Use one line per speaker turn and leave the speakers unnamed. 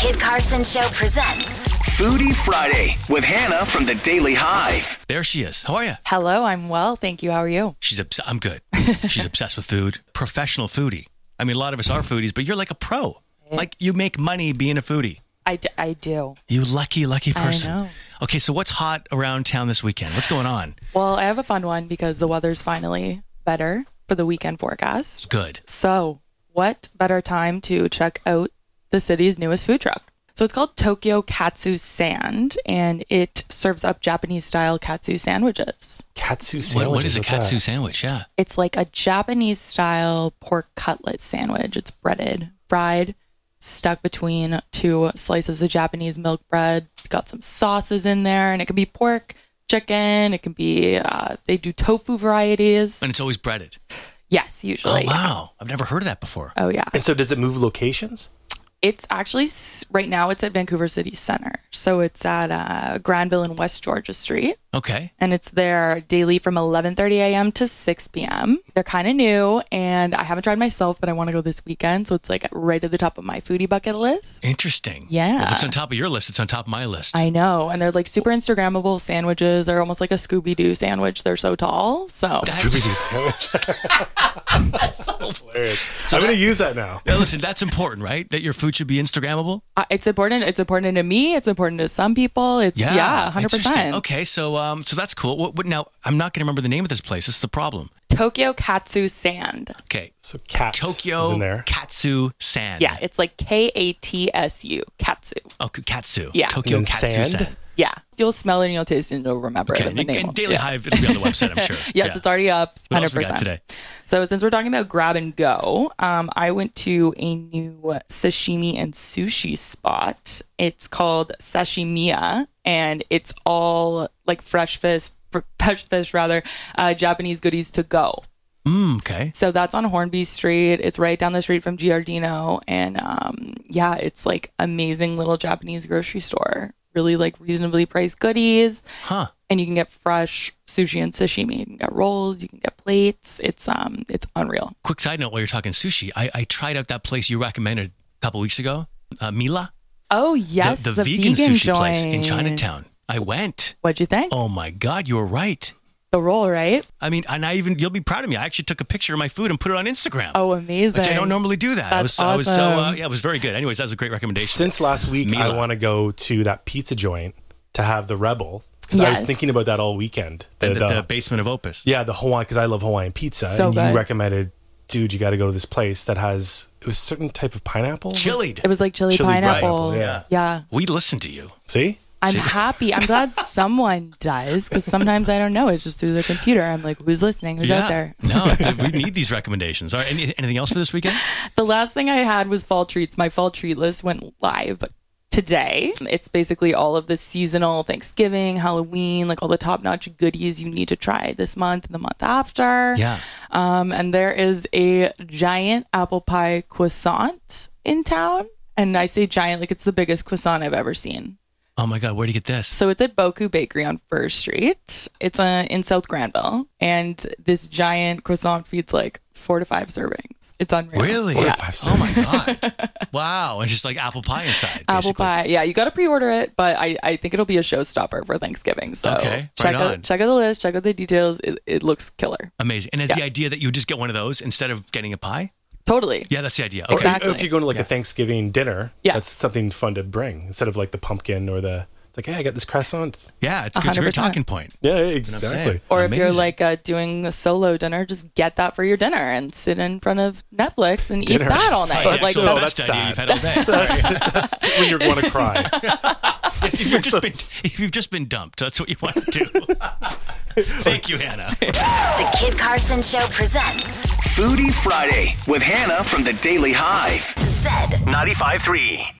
Kid Carson Show presents
Foodie Friday with Hannah from the Daily Hive.
There she is. How are you?
Hello, I'm well. Thank you. How are you?
She's obs- I'm good. She's obsessed with food. Professional foodie. I mean, a lot of us are foodies, but you're like a pro. Like you make money being a foodie.
I, d- I do.
You lucky, lucky
I
person.
know.
Okay, so what's hot around town this weekend? What's going on?
Well, I have a fun one because the weather's finally better for the weekend forecast.
Good.
So, what better time to check out the city's newest food truck? So, it's called Tokyo Katsu Sand and it serves up Japanese style katsu sandwiches.
Katsu
What,
sandwich.
what is a katsu sandwich? Yeah.
It's like a Japanese style pork cutlet sandwich. It's breaded, fried, stuck between two slices of Japanese milk bread. Got some sauces in there, and it could be pork, chicken. It can be uh, they do tofu varieties.
And it's always breaded.
Yes,
Oh,
usually.
wow. I've never heard of that before.
Oh yeah.
And so, does it move locations?
It's actually s- right now. It's at Vancouver City Center, so it's at uh, Granville and West Georgia Street.
Okay.
and it's there daily from 11:30 a.m. to 6 p.m. They're kind of new, and I haven't tried myself, but I want to go this weekend, so it's like right at the top of my foodie bucket list.
Interesting.
Yeah.
Well, if it's on top of your list, it's on top of my list.
I know, and they're like super Instagrammable sandwiches. They're almost like a Scooby Doo sandwich. They're so tall, so
Scooby Doo sandwich. That's hilarious. I'm going to use that now.
Now, listen, that's important, right? That your food should be Instagrammable?
uh, it's important. It's important to me. It's important to some people. It's yeah, 100.
Interesting.
percent
Okay, so um, so that's cool. What, what, now, I'm not going to remember the name of this place. This is the problem.
Tokyo Katsu Sand.
Okay.
So, cats
Tokyo
is in there.
Katsu San.
Yeah, it's like K A T S U Katsu.
Oh, k- Katsu.
Yeah.
Tokyo
And then
Katsu San.
sand?
Yeah, you'll smell it and you'll taste it and you'll remember
Okay.
it. And the
And,
name will-
Daily
yeah.
Hive, it'll be on the website, I'm sure.
Yes,
Yeah.
it's already up.
What
Hundred
else we got
percent
today?
So since we're talking about grab and go, um, I went to a new sashimi and sushi spot. It's called Sashimiya, and it's all like fresh fish, fr- fresh fish rather, uh, Japanese goodies to go.
Mm, okay.
So that's on Hornby Street. It's right down the street from Giardino, and um, yeah, it's like amazing little Japanese grocery store. Really like reasonably priced goodies
Huh.
and you can get fresh sushi and sashimi. You can get rolls, you can get plates. It's um, it's unreal.
Quick side note while you're talking sushi, I, I tried out that place you recommended a couple weeks ago, uh, Mila,
Oh
the-
yes,
the, vegan, sushi place in Chinatown. I went.
What'd you think?
Oh my God, you were right.
The roll, right?
I mean, and I even, you'll be proud of me. I actually took a picture of my food and put it on Instagram.
Oh, amazing!
Which I don't normally do that. I was,
That's
I was so, uh,
awesome.
yeah, it was very good. Anyways, that was a great recommendation.
Since last week,
Mila.
I want to go to that pizza joint to have the Rebel because I was
Yes.
thinking about that all weekend. The-
And the,
the-
the basement of Opus.
yeah, the Hawaiian, because I love Hawaiian pizza.
So
and
good.
you recommended, dude, you got to go to this place that has, it was a certain type of pineapple. was it?
Chilied.
It was like chili,
Chili
pineapple.
pineapple, yeah.
yeah.
We listened to you.
See?
I'm happy. I'm glad someone does because sometimes I don't know. It's just through the computer. I'm like, who's listening? Who's out there?
no, th- we need these recommendations. All right, any, anything else for this weekend?
The last thing I had was fall treats. My fall treat list went live today. It's basically all of the seasonal Thanksgiving, Halloween, like all the top notch goodies you need to try this month and the month after.
Yeah.
Um, and there is a giant apple pie croissant in town. And I say giant, like it's the biggest croissant I've ever seen.
Oh my God, where'd you get this?
So it's at Boku Bakery on First Street. It's uh, in South Granville. And this giant croissant feeds like four to five servings. It's unreal.
Really?
Four to
Yeah.
five
Oh my God. wow. And just like apple pie inside.
apple
basically.
pie. Yeah, you got to pre-order it, but I, I think it'll be a showstopper for Thanksgiving. So
Okay, right
check out
on.
check out the list, check out the details. It, it looks killer.
Amazing. And is the idea that you just get one of those instead of getting a pie?
Totally.
Yeah, that's the idea. Okay.
Exactly.
If you're going to like a Thanksgiving dinner,
Yeah.
that's something fun to bring instead of like the pumpkin or the, it's like, hey, I got this croissant.
Yeah, it's, it's a great
100%.
talking point.
Yeah,
That's what I'm
exactly.
saying.
Or if you're
Amazing.
like uh, doing a solo dinner, just get that for your dinner and sit in front of Netflix and eat
Dinner.
that all
Right,
night.
yeah,
like
so
no,
the
that's-
best
that's
idea
sad.
you've had all day. All right.
That's when you're going to cry.
if, you've just been, if you've just been dumped, that's what you want to do. Thank you, Hannah.
the Kid Carson Show presents
Foodie Friday with Hannah from the Daily Hive.
Zed
95.3.